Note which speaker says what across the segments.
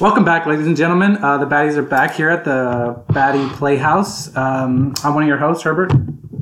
Speaker 1: Welcome back, ladies and gentlemen. Uh, the baddies are back here at the Baddie Playhouse. Um, I'm one of your hosts, Herbert,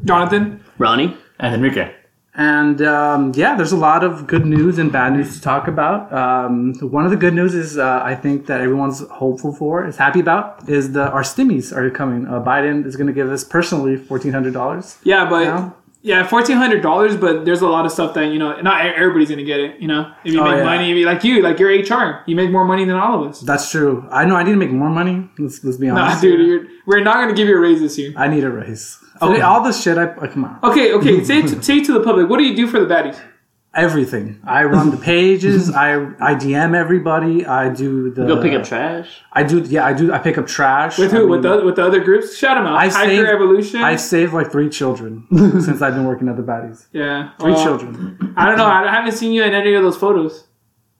Speaker 1: Jonathan,
Speaker 2: Ronnie.
Speaker 3: And Enrique.
Speaker 1: and um, yeah, there's a lot of good news and bad news to talk about. Um, one of the good news is uh, I think that everyone's hopeful for, is happy about, is the our stimmies are coming. Uh, Biden is going to give us personally fourteen hundred dollars.
Speaker 4: Yeah, but
Speaker 1: No?
Speaker 4: yeah, fourteen hundred dollars. But there's a lot of stuff that you know, not e-, everybody's gonna get it. You know, if you
Speaker 1: Oh,
Speaker 4: make
Speaker 1: yeah.
Speaker 4: money, if you, like you, like your HR, you make more money than all of us.
Speaker 1: That's true. I know I need to make more money. Let's let's be honest.
Speaker 4: Nah, dude, you're, we're not gonna give you a raise this year.
Speaker 1: I need a raise. Okay, all this shit. I oh, come on.
Speaker 4: Okay, okay. say it to, say it to the public. What do you do for the baddies?
Speaker 1: Everything. I run the pages. I I DM everybody. I do the.
Speaker 2: Go pick up trash.
Speaker 1: I do. Yeah, I do. I pick up trash.
Speaker 4: With
Speaker 1: I
Speaker 4: who? with
Speaker 1: mean,
Speaker 4: the with the other groups? Shout them out.
Speaker 1: I
Speaker 4: Hiker
Speaker 1: saved-
Speaker 4: Evolution.
Speaker 1: I've saved like three children since I've been working at the baddies.
Speaker 4: yeah,
Speaker 1: Three
Speaker 4: Well,
Speaker 1: children.
Speaker 4: I don't know. I haven't seen you in any of those photos.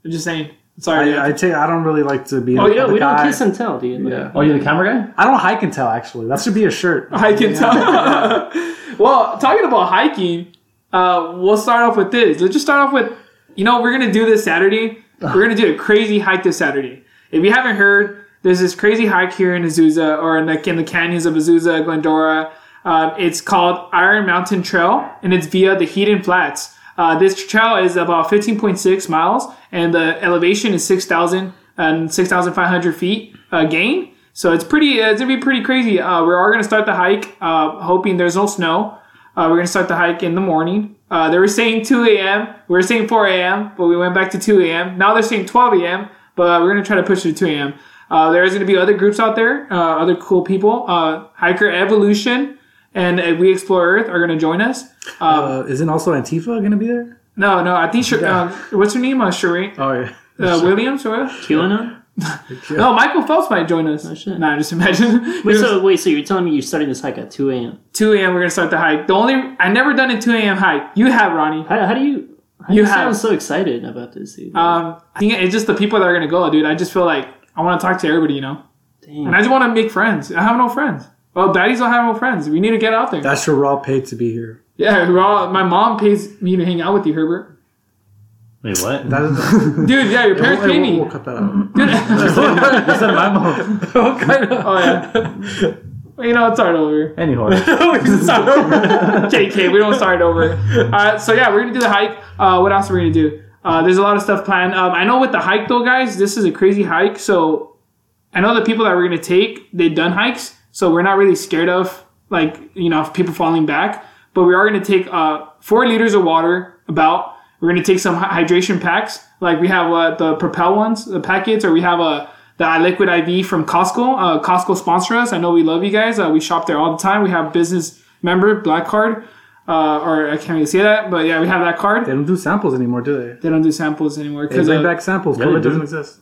Speaker 4: I'm just saying. Sorry.
Speaker 1: I, I take. I don't really like to be. in
Speaker 2: Oh, you
Speaker 1: the
Speaker 2: don't, we don't
Speaker 1: eye.
Speaker 2: kiss and tell, do you?
Speaker 3: Oh, you're the camera
Speaker 1: I don't hike and tell. Actually, that should be a shirt.
Speaker 4: I can tell. well, talking about hiking, uh, we'll start off with this. Let's just start off with, you know, we're gonna do this Saturday. We're gonna do a crazy hike this Saturday. If you haven't heard, there's this crazy hike here in Azusa or in the, in the canyons of Azusa, Glendora. Um, it's called Iron Mountain Trail, and it's via the Heaton Flats. Uh, this trail is about 15.6 miles, and the elevation is 6,000 and 6,500 feet uh, gain. So it's pretty. Uh, it's gonna be pretty crazy. Uh, we are gonna start the hike, uh, hoping there's no snow. Uh, we're gonna start the hike in the morning. Uh, they were saying 2 a.m. We were saying 4 a.m., but we went back to 2 a.m. Now they're saying 12 a.m., but we're gonna try to push it to 2 a.m. Uh, there's gonna be other groups out there, uh, other cool people. Uh, Hiker Evolution and uh, We Explore Earth are gonna join us.
Speaker 1: Uh, isn't also Antifa gonna be there?
Speaker 4: No, no, I think Sh- uh, what's her name? Uh, Sheree
Speaker 1: Oh yeah.
Speaker 4: uh, Williams or
Speaker 2: Killing them?
Speaker 4: no? Michael Phelps might join us.
Speaker 2: shit.
Speaker 4: Nah, just imagine.
Speaker 2: Wait, so, wait, so you're telling me you're starting this hike at 2 a.m.?
Speaker 4: 2 a.m. We're gonna start the hike. The only I never done a 2 a.m. hike. You have Ronnie.
Speaker 2: How, how do you. How
Speaker 4: You
Speaker 2: you
Speaker 4: have-
Speaker 2: sound so excited about this, dude.
Speaker 4: Um, I think it's just the people that are gonna go, dude. I just feel like I want to talk to everybody, you know.
Speaker 2: Dang.
Speaker 4: And I just want to make friends. I have no friends. Well, baddies don't have no friends. We need to get out there.
Speaker 1: That's your raw paid to be here.
Speaker 4: yeah, we're all, my mom pays me to hang out with you, Herbert.
Speaker 3: guy? Wait, what?
Speaker 1: That is.
Speaker 4: Dude, yeah, your parents pay
Speaker 1: Hey, we'll,
Speaker 4: me.
Speaker 1: we'll cut that out.
Speaker 4: Dude.
Speaker 3: That's not my mom.
Speaker 4: oh yeah. Well, You know, it's start over.
Speaker 3: Anyhow.
Speaker 4: start over. JK, we don't start over. Uh, so yeah, we're gonna do the hike. Uh, what else are we gonna do? Uh, there's a lot of stuff planned. Um, I know with the hike though, guys, this is a crazy hike. So I know the people that we're gonna take, they've done hikes, so we're not really scared of like you know people falling back. But we are gonna take uh, four liters of water. About we're gonna take some hy- hydration packs, like we have uh, the Propel ones, the packets, or we have uh, the iLiquid IV from Costco. Uh, Costco sponsor us. I know we love you guys. Uh, we shop there all the time. We have business member black card, uh, or I can't really say that, but yeah, we have that
Speaker 1: They
Speaker 4: card.
Speaker 1: don't do samples anymore, do they?
Speaker 4: They don't do samples anymore
Speaker 1: They
Speaker 4: because
Speaker 1: bring back samples.
Speaker 3: they
Speaker 1: COVID
Speaker 3: do.
Speaker 1: doesn't exist.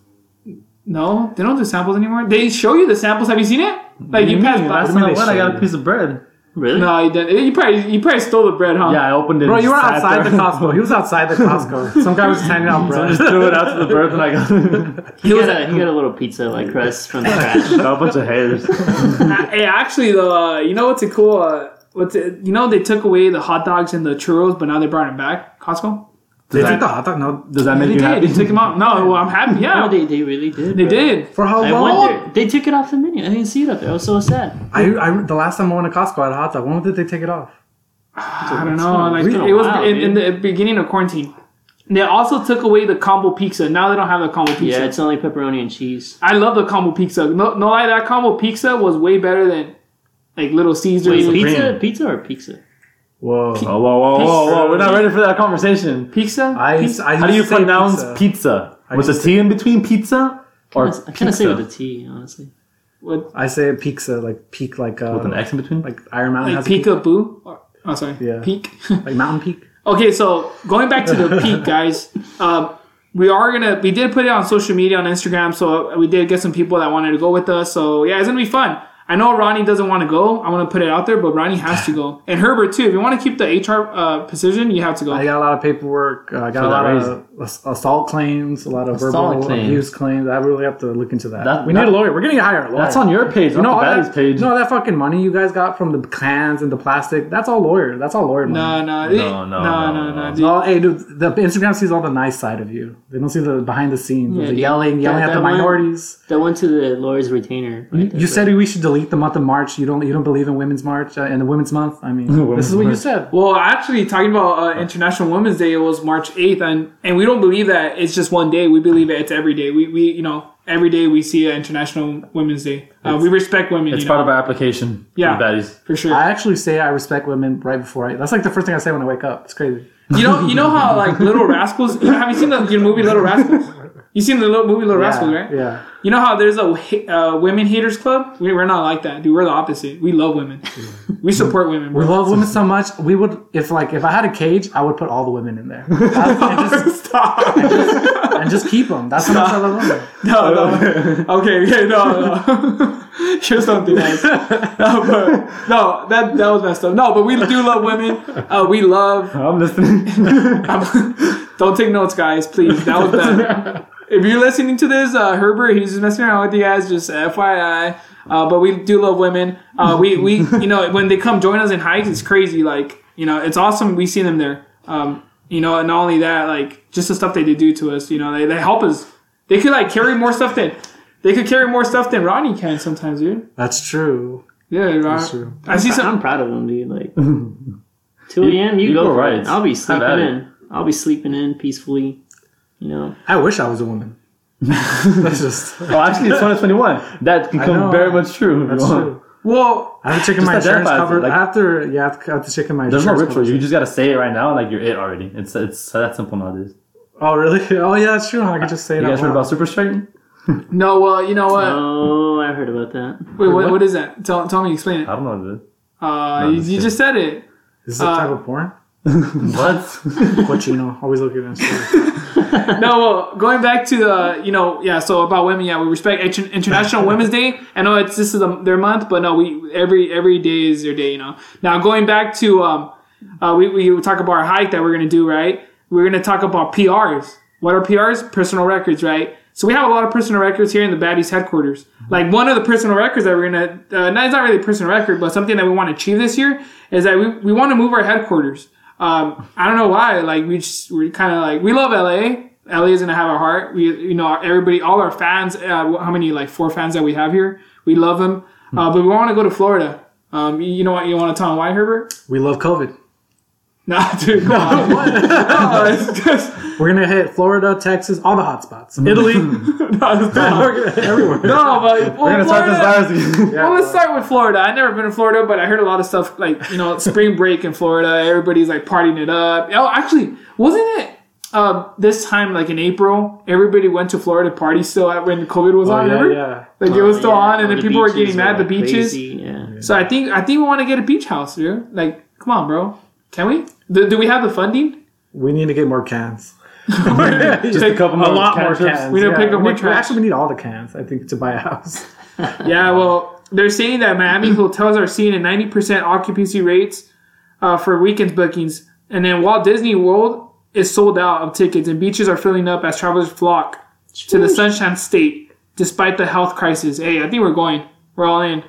Speaker 4: no, they don't do samples anymore. They show you the samples. Have you seen it? Like
Speaker 1: Mm-hmm.
Speaker 4: you pass by.
Speaker 3: Last
Speaker 1: do you
Speaker 3: time
Speaker 1: mean
Speaker 3: I
Speaker 1: they
Speaker 3: went, I got
Speaker 1: showed
Speaker 3: a piece of bread.
Speaker 2: really?
Speaker 4: No, you didn't. You probably you probably stole the bread, huh?
Speaker 3: Yeah, I opened it.
Speaker 1: Bro,
Speaker 3: and
Speaker 1: you were
Speaker 3: sat
Speaker 1: outside the
Speaker 3: there.
Speaker 1: Costco. He was outside the Costco. Some guy was just handing out
Speaker 3: I
Speaker 1: bread.
Speaker 3: just threw it out to the birds and I got,
Speaker 2: He, got a, he got a little pizza like crust from the trash.
Speaker 3: got a bunch of hairs.
Speaker 4: Uh, hey, actually, though, uh, you know what's a cool? Uh, what's it, you know they took away the hot dogs and the churros, but now they brought them back. Costco.
Speaker 1: They
Speaker 3: Does
Speaker 1: took
Speaker 3: that-
Speaker 1: the hot dog. No,
Speaker 3: Does that
Speaker 4: They
Speaker 3: make you
Speaker 4: did.
Speaker 3: happy?
Speaker 4: They took them out. No, well, I'm happy.
Speaker 2: No,
Speaker 4: Yeah,
Speaker 2: Oh, they, they really did.
Speaker 4: they
Speaker 2: bro.
Speaker 4: did.
Speaker 1: for how
Speaker 2: I
Speaker 1: long?
Speaker 2: wonder. They took it off the menu. I didn't see it up there. I was so sad.
Speaker 1: I, I, the last time I went to Costco, I had a hot dog. When did they take it off?
Speaker 2: Ah,
Speaker 4: I don't know. Like
Speaker 2: been a
Speaker 4: it was
Speaker 2: while,
Speaker 4: in, in
Speaker 2: dude.
Speaker 4: the beginning of quarantine. They also took away the combo pizza. Now they don't have the combo pizza.
Speaker 2: Yeah, it's only pepperoni and cheese.
Speaker 4: I love the combo pizza. No, no lie, that combo pizza was way better than like Little Caesars.
Speaker 2: Wait,
Speaker 4: pizza?
Speaker 2: pizza, pizza or pizza?
Speaker 3: Whoa. Whoa, whoa, whoa, whoa, whoa. We're not ready for that conversation.
Speaker 1: I, I
Speaker 3: How do
Speaker 1: used
Speaker 3: you
Speaker 1: to say
Speaker 3: pronounce
Speaker 1: pizza.
Speaker 3: pizza? With
Speaker 1: used
Speaker 3: a
Speaker 1: to
Speaker 3: T in between pizza? Or
Speaker 2: I kind of say with a
Speaker 3: pizza?
Speaker 2: T, honestly.
Speaker 4: What,
Speaker 1: I say pizza, like peak, like uh,
Speaker 3: With an X in between?
Speaker 1: like Iron Mountain
Speaker 4: like
Speaker 1: has a peak,
Speaker 4: peekaboo? Or, oh, sorry.
Speaker 1: Yeah.
Speaker 4: Peek.
Speaker 1: like Mountain Peak.
Speaker 4: Okay, so going back to the peak, guys, um, we are gonna we did put it on social media on Instagram, so we did get some people that wanted to go with us. So yeah, it's gonna be fun. I know Ronnie doesn't want to go. I want to put it out there, but Ronnie has to go, and Herbert too. If you want to keep the HR uh, position, you have to
Speaker 1: I
Speaker 4: go.
Speaker 1: got a lot of paperwork. uh, I got a
Speaker 3: For that
Speaker 1: lot of ass- assault claims, a lot of
Speaker 2: Assault
Speaker 1: verbal
Speaker 2: claims.
Speaker 1: abuse claims. I really have to look into that.
Speaker 3: That-
Speaker 1: we
Speaker 3: that-
Speaker 1: need a lawyer. We're gonna hire a lawyer.
Speaker 3: That's on your page,
Speaker 1: You
Speaker 3: not
Speaker 1: know
Speaker 3: the
Speaker 1: all
Speaker 3: baddies
Speaker 1: that,
Speaker 3: page.
Speaker 1: You know all that fucking money you guys got from the clans and the plastic. That's all lawyer. That's all lawyer money.
Speaker 4: No, no,
Speaker 3: No, no,
Speaker 4: no,
Speaker 3: no,
Speaker 4: no,
Speaker 3: no.
Speaker 4: no. dude.
Speaker 1: Oh, hey, dude, the Instagram sees all the nice side of you. They don't see the behind the scenes,
Speaker 2: Yeah,
Speaker 1: the
Speaker 2: dude.
Speaker 1: yelling, yelling
Speaker 2: That-
Speaker 1: at the
Speaker 2: that one-
Speaker 1: minorities.
Speaker 2: That went to the lawyer's retainer. right there,
Speaker 1: You
Speaker 2: but-
Speaker 1: said we should delete the month of March. You don't. You don't believe in Women's March uh, and the Women's Month. I mean, this is what you
Speaker 3: Women's
Speaker 1: said.
Speaker 4: Well, actually, talking about uh, International Women's Day, it was March 8th, and, and we don't believe that it's just one day. We believe it's every day. We, we you know, every day we see an International Women's Day. Uh, we respect women,
Speaker 3: It's
Speaker 4: you
Speaker 3: part
Speaker 4: know,
Speaker 3: of our application.
Speaker 4: Yeah.
Speaker 3: The baddies.
Speaker 4: for sure.
Speaker 1: I actually say I respect women right before I. That's like the first thing I say when I wake up. It's crazy.
Speaker 4: You know, you know how like Little Rascals. Have you seen the your movie Little Rascals? You seen the little movie Little Rascals,
Speaker 1: yeah,
Speaker 4: right?
Speaker 1: Yeah.
Speaker 4: You know how there's a ha- uh, women haters club. We, we're not like that, dude. We're the opposite. We love women. we support women.
Speaker 1: We
Speaker 4: Bro.
Speaker 1: love women so much. We would if like if I had a cage, I would put all the women in there and, just,
Speaker 4: Stop.
Speaker 1: and just keep them. That's how much I love women.
Speaker 4: No, no. okay, okay, no, no. Here's something else. No, but, no, that that was messed up. No, but we do love women. Uh, we love.
Speaker 3: I'm listening.
Speaker 4: I'm- don't take notes, guys. Please, that was bad. If you're listening to this, uh, Herbert, he's just messing around with you guys. Just FYI. Uh, but we do love women. Uh, we we you know when they come join us in hikes, it's crazy. Like you know, it's awesome. We see them there. Um, you know, and not only that, like just the stuff that they do to us. You know, they, they help us. They could like carry more stuff than they could carry more stuff than Ronnie can sometimes, dude.
Speaker 1: That's true.
Speaker 4: Yeah, Ron,
Speaker 1: true.
Speaker 4: I see some.
Speaker 2: I'm proud of them, dude. Like, 2 a.m. You,
Speaker 3: you
Speaker 2: go
Speaker 3: go
Speaker 2: for
Speaker 3: right.
Speaker 2: it. I'll be sleeping
Speaker 3: at it.
Speaker 2: in. I'll be sleeping in peacefully. You know,
Speaker 1: I wish I was a woman. That's just
Speaker 3: oh, actually, it's 2021. That can
Speaker 1: know.
Speaker 3: come very much true. if you
Speaker 1: that's
Speaker 3: want.
Speaker 1: true.
Speaker 4: Well,
Speaker 1: I have to check in my
Speaker 3: Just
Speaker 1: insurance
Speaker 3: identify as it,
Speaker 1: cover
Speaker 3: like-
Speaker 1: after. Yeah, I have to, I have to check in my.
Speaker 3: There's no
Speaker 1: insurance
Speaker 3: ritual.
Speaker 1: coverage.
Speaker 3: You just gotta say it right now, like you're it already. It's it's that simple nowadays.
Speaker 1: Oh really? Oh yeah, that's true. I could just say
Speaker 3: You
Speaker 1: that.
Speaker 3: guys heard about Super Straight?
Speaker 4: no. Well, you know what?
Speaker 2: oh, I heard about that.
Speaker 4: Wait, what, what is that? Tell, tell me, explain it.
Speaker 3: I don't know.
Speaker 4: Uh,
Speaker 3: No,
Speaker 4: you,
Speaker 3: just
Speaker 4: you just said it.
Speaker 1: Is this a type of porn?
Speaker 3: dude. What?
Speaker 1: What you know? Always looking at.
Speaker 4: No, well, going back to the, you know, yeah. So about women, yeah, we respect Inter- International Women's Day. I know it's this is the, their month, but no, we every every day is their day. You know. Now going back to um, uh, we we talk about our hike that we're gonna do, right? We're gonna talk about PRs. What are PRs? Personal records, right? So we have a lot of personal records here in the Baddies headquarters. Like one of the personal records that we're gonna, uh, no, it's not really a personal record, but something that we want to achieve this year is that we, we want to move our headquarters. Um, I don't know why. Like we just we're kind of like we love LA. LA is gonna have our heart. We you know everybody, all our fans. Uh, how many like four fans that we have here? We love them, uh, but we want to go to Florida. Um, you you know what? You want to tell them why, Herbert?
Speaker 1: We love COVID.
Speaker 4: Nah, dude, come on. No, it's just-
Speaker 1: We're gonna hit Florida, Texas, all the hot spots. Italy,
Speaker 4: no, it's not.
Speaker 1: everywhere. Oh,
Speaker 4: No, but
Speaker 3: We're gonna start this virus. again.
Speaker 4: Well, let's start with Florida. I've never been to Florida, but I heard a lot of stuff like you know spring break in Florida. Everybody's like partying it up. Oh, actually, wasn't it uh, this time like in April? Everybody went to Florida party still at, when COVID was
Speaker 1: Oh,
Speaker 4: on.
Speaker 1: yeah,
Speaker 4: remember?
Speaker 1: yeah.
Speaker 4: Like it was still
Speaker 2: Oh, Yeah,
Speaker 4: on, and
Speaker 2: all
Speaker 4: then people were
Speaker 2: beaches
Speaker 4: getting mad.
Speaker 2: were
Speaker 4: The beaches.
Speaker 2: crazy, Yeah.
Speaker 4: So I think I think we want to get a beach house, dude. Like, come on, bro. Can we? Do, do we have the funding?
Speaker 1: We need to get more cans.
Speaker 4: Just
Speaker 3: a couple more cans.
Speaker 4: We need to pick up
Speaker 1: we
Speaker 4: more
Speaker 1: need-
Speaker 4: trash.
Speaker 1: Actually, we need all the cans. I think to buy a house.
Speaker 4: Yeah, well, they're saying that Miami hotels are seeing a 90% occupancy rates uh, for weekend bookings. And then Walt Disney World is sold out of tickets, and beaches are filling up as travelers flock to the Sunshine State despite the health crisis. Hey, I think we're going. We're all in.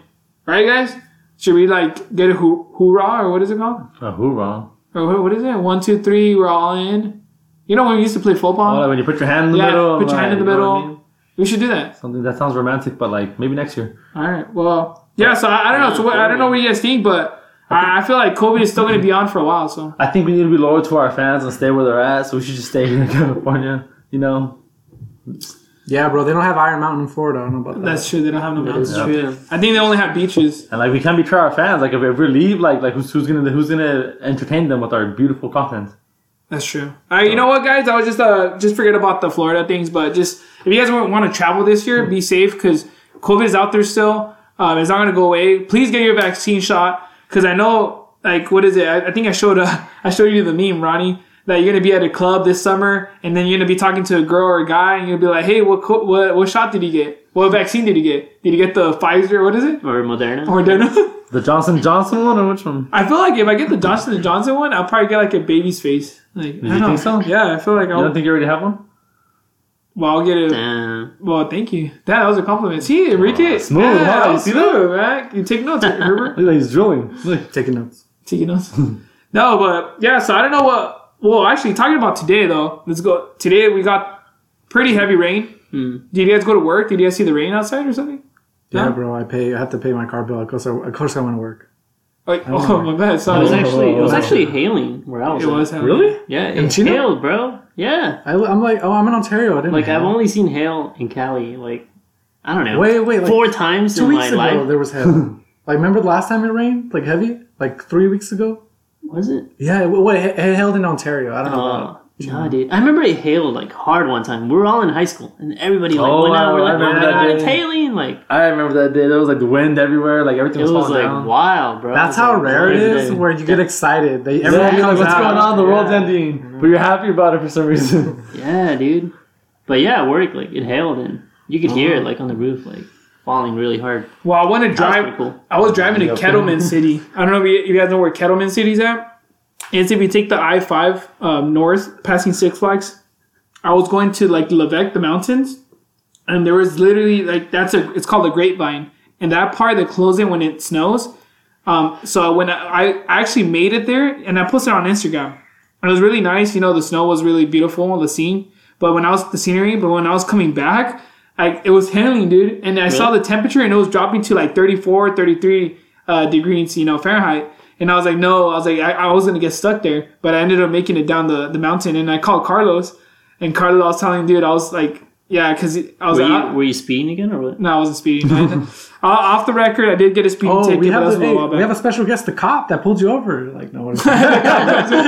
Speaker 4: Right, guys? Should we, like, get a hoo- hoorah, or what is it called?
Speaker 3: Oh, who wrong?
Speaker 4: Or what- what is it? One, two, three, we're all in. You know when we used to play
Speaker 3: Oh,
Speaker 4: football?
Speaker 3: like when you put your hand in the
Speaker 4: yeah,
Speaker 3: middle.
Speaker 4: put your
Speaker 3: like,
Speaker 4: hand in the
Speaker 3: you know what I
Speaker 4: middle.
Speaker 3: mean?
Speaker 4: We should do that.
Speaker 3: Something that sounds romantic, but like maybe next year.
Speaker 4: All right. Well, yeah. So I, I don't know. So what, I don't know what you guys think, but I, I feel like COVID is still going to be on for a while. So
Speaker 3: I think we need to be loyal to our fans and stay where they're at. So we should just stay here in California. You know,
Speaker 1: Yeah, bro. They don't have Iron Mountain in Florida. I don't know about that.
Speaker 4: that's true. They don't have no mountains.
Speaker 3: Yeah.
Speaker 2: True.
Speaker 4: I think they only have beaches.
Speaker 3: and like we can't betray our fans. Like if we ever leave, like like who's who's gonna who's gonna entertain them with our beautiful content?
Speaker 4: That's true. All right. You know what, guys? I was just uh just forget about the Florida things, but just if you guys want to travel this year, be safe because COVID is out there still. Um, it's not going to go away. Please get your vaccine shot because I know like what is it? I, I think I showed uh, I showed you the meme, Ronnie. that you're gonna be at a club this summer, and then you're gonna be talking to a girl or a guy, and you're gonna be like, "Hey, what co- what what shot did he get? What vaccine did he get? Did he get the Pfizer? What is it?
Speaker 2: or Moderna.
Speaker 4: Or Moderna?"
Speaker 3: The Johnson Johnson one or which one?
Speaker 4: I feel like if I get the Johnson and Johnson one, I'll probably get like a baby's face. Like, I
Speaker 3: you
Speaker 4: don't
Speaker 3: think so?
Speaker 4: know. Yeah, I feel like
Speaker 3: You
Speaker 4: I'll.
Speaker 3: don't think you already have one?
Speaker 4: well, I'll get it.
Speaker 2: Damn.
Speaker 4: Well, thank you. That, that was a compliment. See, Enrique.
Speaker 3: smooth,
Speaker 4: yeah,
Speaker 3: huh?
Speaker 4: that
Speaker 3: You
Speaker 4: was
Speaker 3: see
Speaker 4: smooth, man. You take notes, Herbert.
Speaker 3: Look like he's drilling. Look.
Speaker 1: Taking notes.
Speaker 4: Taking notes. no, but yeah. So I don't know what. Well, actually, talking about today though. Let's go. Today we got pretty heavy rain.
Speaker 2: Hmm.
Speaker 4: Did you guys go to work? Did you guys see the rain outside or something?
Speaker 1: Yeah,
Speaker 4: Yeah.
Speaker 1: bro. I pay. I have to pay my car bill. Of course, I, of course I want to work.
Speaker 4: Like,
Speaker 1: don't
Speaker 4: oh
Speaker 1: know.
Speaker 4: my bad.
Speaker 2: It
Speaker 4: Sorry.
Speaker 2: was actually it was
Speaker 3: Whoa.
Speaker 2: actually hailing where I was.
Speaker 4: It
Speaker 2: at.
Speaker 4: was heavy.
Speaker 2: Yeah,
Speaker 1: In
Speaker 2: it
Speaker 1: Chino?
Speaker 2: hailed, bro. Yeah.
Speaker 1: I, am like, oh, I'm in Ontario. I didn't
Speaker 2: Like I've
Speaker 1: know.
Speaker 2: only seen hail in Cali like I don't know.
Speaker 1: Wait, wait, like,
Speaker 2: four times
Speaker 1: two
Speaker 2: in
Speaker 1: weeks
Speaker 2: my
Speaker 1: ago
Speaker 2: life.
Speaker 1: there was hail. like, remember last time it rained, like heavy, like three weeks ago.
Speaker 2: Was it?
Speaker 1: Yeah, it, what it, it hailed in Ontario. I don't know. about
Speaker 2: Oh, no, dude. I remember it hailed like hard one time. We were all in high school, and everybody like
Speaker 3: Oh,
Speaker 2: went out.
Speaker 3: wow,
Speaker 2: We're
Speaker 3: I
Speaker 2: like, "Oh
Speaker 3: remember
Speaker 2: my
Speaker 3: that
Speaker 2: god,
Speaker 3: day.
Speaker 2: it's hailing!" Like
Speaker 3: I remember that day. There was like the wind everywhere. Like everything
Speaker 2: it
Speaker 3: was,
Speaker 2: was
Speaker 3: falling
Speaker 2: like
Speaker 3: down.
Speaker 2: wow, bro.
Speaker 1: That's
Speaker 2: It was,
Speaker 1: how
Speaker 2: like,
Speaker 1: rare it
Speaker 2: crazy
Speaker 1: is,
Speaker 2: day.
Speaker 1: where you get excited. They everyone
Speaker 3: Yeah, like,
Speaker 1: comes
Speaker 3: what's
Speaker 1: out.
Speaker 3: going on? The world's
Speaker 2: Yeah.
Speaker 3: ending, but you're happy about it for some reason.
Speaker 2: Yeah, dude. But yeah, it worked. Like it hailed, and you could hear it like on the roof, like falling really hard.
Speaker 4: Well, I want to
Speaker 2: That was
Speaker 4: drive.
Speaker 2: pretty cool.
Speaker 4: I was driving to
Speaker 3: Yeah, okay.
Speaker 4: Kettleman City. I don't know if you, you guys know where Kettleman City's at. It's if you take the I five um, north, passing Six Flags. I was going to like Levesque, the mountains, and there was literally like that's a it's called the Grapevine, and that part that closes it when it snows. Um, so when I, I actually made it there, and I posted it on Instagram, and it was really nice. You know, the snow was really beautiful, the scene. But when I was the scenery, but when I was coming back, I it was hailing, dude, and I saw the temperature, and it was dropping to like 34, 33 uh, degrees, you know, Fahrenheit. And I was like, no, I was like, I, I was gonna get stuck there, but I ended up making it down the, the mountain, and I called Carlos, and Carlos, I was telling dude, I was like, yeah, because I was
Speaker 2: Were
Speaker 4: like,
Speaker 2: you,
Speaker 4: I-
Speaker 2: were you speeding again or what?
Speaker 4: no, I wasn't speeding. I- off the record, I did get a speeding
Speaker 1: Oh,
Speaker 4: ticket.
Speaker 1: we
Speaker 4: but
Speaker 1: have,
Speaker 4: that was
Speaker 1: the,
Speaker 4: a little while
Speaker 1: hey, we
Speaker 4: back.
Speaker 1: have a special guest, the cop that pulled you over. Like, no, what is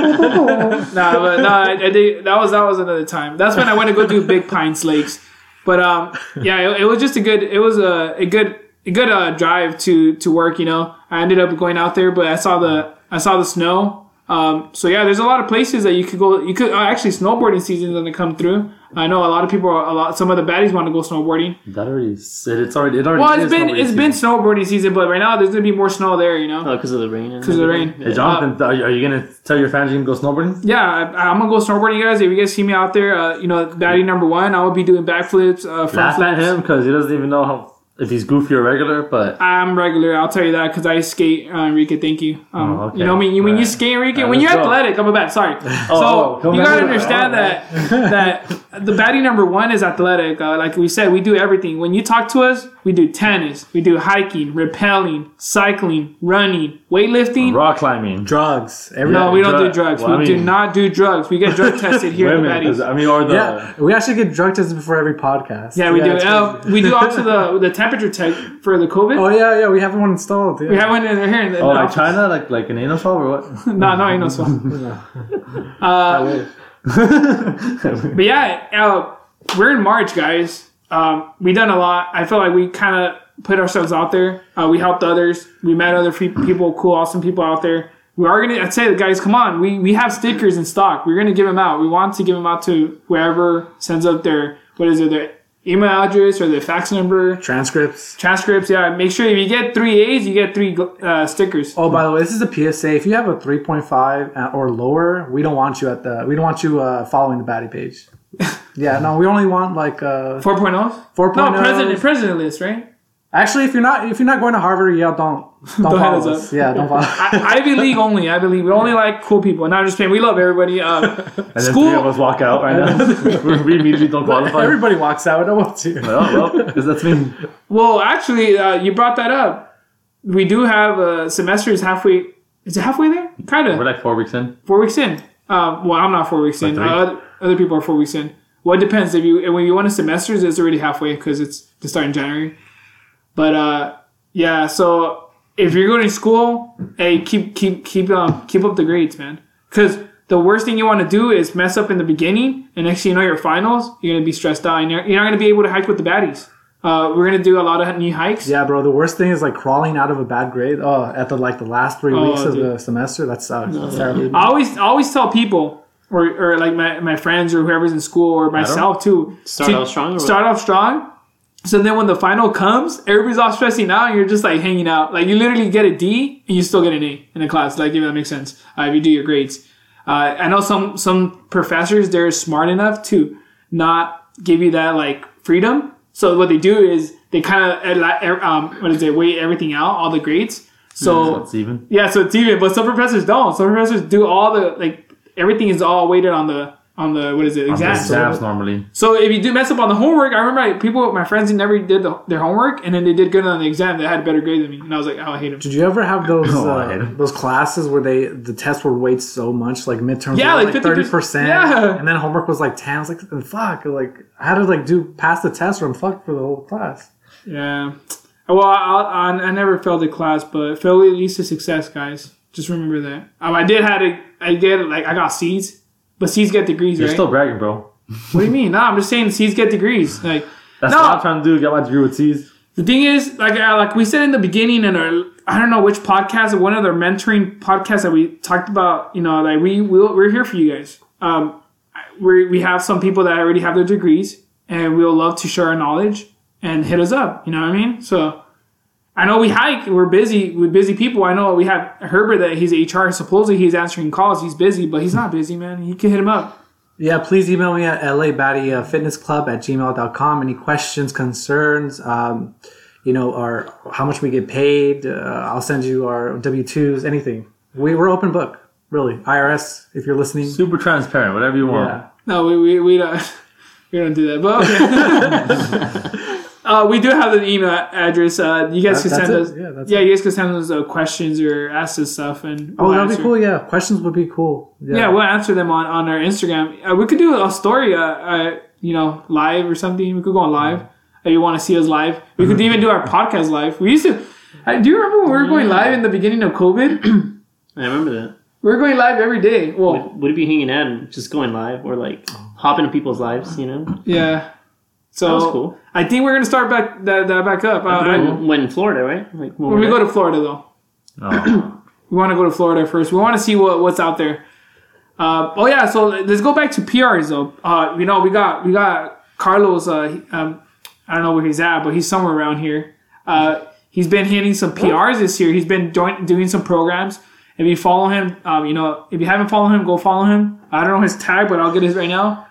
Speaker 4: nah, but nah, I, I did, that was that was another time. That's when I went to go do Big Pine Lakes. But um, yeah, it, it was just a good. It was a, a good a good uh, drive to to work. You know, I ended up going out there, but I saw the I saw the snow. Um, so yeah, there's a lot of places that you could go. You could uh, actually snowboarding season's gonna come through. I know a lot of people, are, a lot some of the baddies want to go snowboarding.
Speaker 3: that already said it's already. It already
Speaker 4: Well, it's
Speaker 3: is
Speaker 4: been
Speaker 3: already
Speaker 4: it's
Speaker 3: season.
Speaker 4: been snowboarding season, but right now there's gonna be more snow there. You know.
Speaker 2: Oh, because of the rain.
Speaker 4: Because of the rain.
Speaker 3: Hey,
Speaker 4: Uh,
Speaker 3: Jonathan, are you- are you gonna tell your fans you can go snowboarding?
Speaker 4: yeah, I, I'm gonna go snowboarding, you guys. If you guys see me out there, uh, you know, baddie number one, I will be doing backflips, uh, front
Speaker 3: Laugh at
Speaker 4: flips.
Speaker 3: him because he doesn't even know how, if he's goofy or regular. But
Speaker 4: I'm regular. I'll tell you that because I skate, uh, Enrique. Thank you. Um,
Speaker 3: Oh, okay.
Speaker 4: You know, what I mean, you, when you
Speaker 3: Right.
Speaker 4: skate, Enrique,
Speaker 3: Right,
Speaker 4: when you're
Speaker 3: let's go.
Speaker 4: athletic, I'm a bad. Sorry.
Speaker 3: oh,
Speaker 4: so
Speaker 3: come
Speaker 4: you gotta
Speaker 3: back.
Speaker 4: understand that that the baddie number one is athletic. Uh, like we said, we do everything. When you talk to us, we do tennis, we do hiking, rappelling, cycling, running, weightlifting.
Speaker 3: rock climbing.
Speaker 1: drugs? Every,
Speaker 4: No, we don't do
Speaker 3: Drug-
Speaker 4: drugs.
Speaker 3: well, I
Speaker 4: we do
Speaker 3: mean-
Speaker 4: not do drugs. We get drug tested here at
Speaker 3: Women,
Speaker 4: Baddies.
Speaker 3: 'cause, I mean, or the
Speaker 1: yeah, we actually get drug tested before every podcast.
Speaker 4: Yeah, we
Speaker 1: it's
Speaker 4: do. Oh,
Speaker 1: crazy.
Speaker 4: we do also the the temperature check for the COVID.
Speaker 1: Oh yeah, yeah, we have one installed. Yeah.
Speaker 4: We have one in here. In the
Speaker 3: oh, like
Speaker 4: office.
Speaker 3: China, like like an anal swab or what?
Speaker 4: No, no, I know so. uh, but yeah, uh, we're in March, guys. Um, we done a lot. I feel like we kind of put ourselves out there. Uh, we helped others. We met other free people, cool, awesome people out there. We are gonna. I'd say, guys, come on. We we have stickers in stock. We're gonna give them out. We want to give them out to whoever sends up their what is it their email address or their fax number.
Speaker 1: transcripts.
Speaker 4: transcripts. Yeah, make sure if you get three A's, you get three uh, stickers.
Speaker 1: Oh, by the way, this is a PSA. If you have a 3.5 or lower, we don't want you at the. We don't want you uh, following the baddie page. Yeah, no, we only want like uh,
Speaker 4: Four point oh.
Speaker 1: 4.0.
Speaker 4: No, president president list, right?
Speaker 1: Actually, if you're not if you're not going to Harvard or Yale, don't don't,
Speaker 4: Don't hit
Speaker 1: follow
Speaker 4: us
Speaker 1: us.
Speaker 4: up.
Speaker 1: Yeah, don't follow.
Speaker 4: I, Ivy League only. Ivy League. We only like cool people. And I'm just saying, we love everybody. Uh,
Speaker 3: And then
Speaker 4: School-
Speaker 3: three of us walk out right now. we immediately don't qualify.
Speaker 1: Everybody walks out. I don't want to.
Speaker 3: oh, well, because that's me.
Speaker 4: well, actually, uh, you brought that up. We do have uh, semesters halfway. Is it halfway there? Kind
Speaker 3: We're
Speaker 4: of.
Speaker 3: like four weeks in.
Speaker 4: Four weeks in. Um, well, I'm not four weeks in. Uh,
Speaker 3: Like three?
Speaker 4: other, other people are four weeks in. Well, it depends. If you when you want a semesters, it's already halfway because it's to start in January. But uh, yeah, so if you're going to school, hey, keep keep keep um keep up the grades, man. Because the worst thing you want to do is mess up in the beginning, and next thing you know, your finals, you're gonna be stressed out, and you're, you're not gonna be able to hike with the baddies. Uh, we're gonna do a lot of new hikes.
Speaker 1: Yeah, bro. The worst thing is like crawling out of a bad grade. Oh, at the like the last three
Speaker 4: Oh,
Speaker 1: weeks of
Speaker 4: dude.
Speaker 1: the semester, that sucks. That's terrible.
Speaker 4: I always I always tell people or, or like my, my friends or whoever's in school or myself too.
Speaker 2: Start
Speaker 4: to
Speaker 2: off strong or what?
Speaker 4: Start off strong. So then when the final comes, everybody's all stressing out and you're just like hanging out. Like you literally get a D and you still get an A in a class. Like if that makes sense. Uh, if you do your grades. Uh, I know some some professors they're smart enough to not give you that like freedom. So what they do is they kind of um, what is it? Weigh everything out, all the grades. So
Speaker 3: That's even.
Speaker 4: yeah, so it's even, but some professors don't. Some professors do all the like everything is all weighted on the on the what is it
Speaker 3: On the
Speaker 4: exam.
Speaker 3: Exams
Speaker 4: So,
Speaker 3: normally.
Speaker 4: so if you do mess up on the homework, I remember I, people, my friends, who never did the, their homework, and then they did good on the exam. They had better grades than me, and I was like, oh, I hate them.
Speaker 1: Did you ever have those
Speaker 3: Oh, I hate
Speaker 1: uh,
Speaker 3: 'em.
Speaker 1: those classes where they the tests were weighed so much, like midterms,
Speaker 4: Yeah,
Speaker 1: were,
Speaker 4: like
Speaker 1: like
Speaker 4: 50%.
Speaker 1: thirty percent,
Speaker 4: Yeah.
Speaker 1: and then homework was like ten. I was like, fuck, like I had to like do pass the test or I'm fucked for the whole class.
Speaker 4: Yeah. Well, I, I, I never failed a class, but failure leads to success, guys. Just remember that. Um, I did had a, I did like I got C's, but C's get degrees,
Speaker 3: You're
Speaker 4: right?
Speaker 3: still bragging, bro.
Speaker 4: what do you mean? No, I'm just saying C's get degrees. Like
Speaker 3: That's
Speaker 4: No.
Speaker 3: what I'm trying to do. Get my degree with C's.
Speaker 4: The thing is, like uh, like we said in the beginning, in our I don't know which podcast, one of the mentoring podcasts that we talked about, you know, like we we'll, we're here for you guys. Um, we we have some people that already have their degrees, and we'll love to share our knowledge and hit us up. You know what I mean? So I know we hike, we're busy, we're busy people. I know we have Herbert that he's HR. Supposedly he's answering calls. He's busy, but he's not busy, man. You can hit him up.
Speaker 1: Yeah, please email me at labattyfitnessclub at gmail.com. Any questions, concerns, um, you know, or how much we get paid. Uh, I'll send you our W 2s, anything. We, we're open book, really. IRS, if you're listening.
Speaker 3: Super transparent. Whatever you want.
Speaker 1: Yeah.
Speaker 4: No, we, we, we don't we don't do that. But okay. uh, we do have an email address. Uh, you guys
Speaker 1: That-
Speaker 4: can
Speaker 1: that's
Speaker 4: send
Speaker 1: it.
Speaker 4: us.
Speaker 1: Yeah, that's
Speaker 4: yeah, you guys can send us uh, questions or ask us stuff, and
Speaker 1: Oh,
Speaker 4: we'll
Speaker 1: that'd
Speaker 4: answer.
Speaker 1: be cool. Yeah. Questions would be cool.
Speaker 4: Yeah, we'll answer them on, on our Instagram. Uh, we could do a story, uh, uh, you know, live or something. We could go on live
Speaker 1: Mm-hmm.
Speaker 4: if you want to see us live. We could even do our podcast live. We used to. I, do you remember when we were going live in the beginning of COVID? we
Speaker 2: I remember that.
Speaker 4: were going live every day. Well,
Speaker 2: Would, would it be hanging out and just going live or like hopping in people's lives, you know?
Speaker 4: yeah. So
Speaker 2: That was cool.
Speaker 4: I think we're gonna start back that, that back up. Uh, I-
Speaker 2: When, when in Florida, right? Like
Speaker 4: When we go to Florida, though,
Speaker 3: Oh.
Speaker 4: we want to go to Florida first. We want to see what, what's out there. Uh, oh yeah, so let's go back to PRs though. Uh, you know, we got we got Carlos. Uh, he- um, I don't know where he's at, but he's somewhere around here. Uh, he's been hitting some PRs this year. He's been doing doing some programs. If you follow him, um, you know, if you haven't followed him, go follow him. I don't know his tag, but I'll get his right now.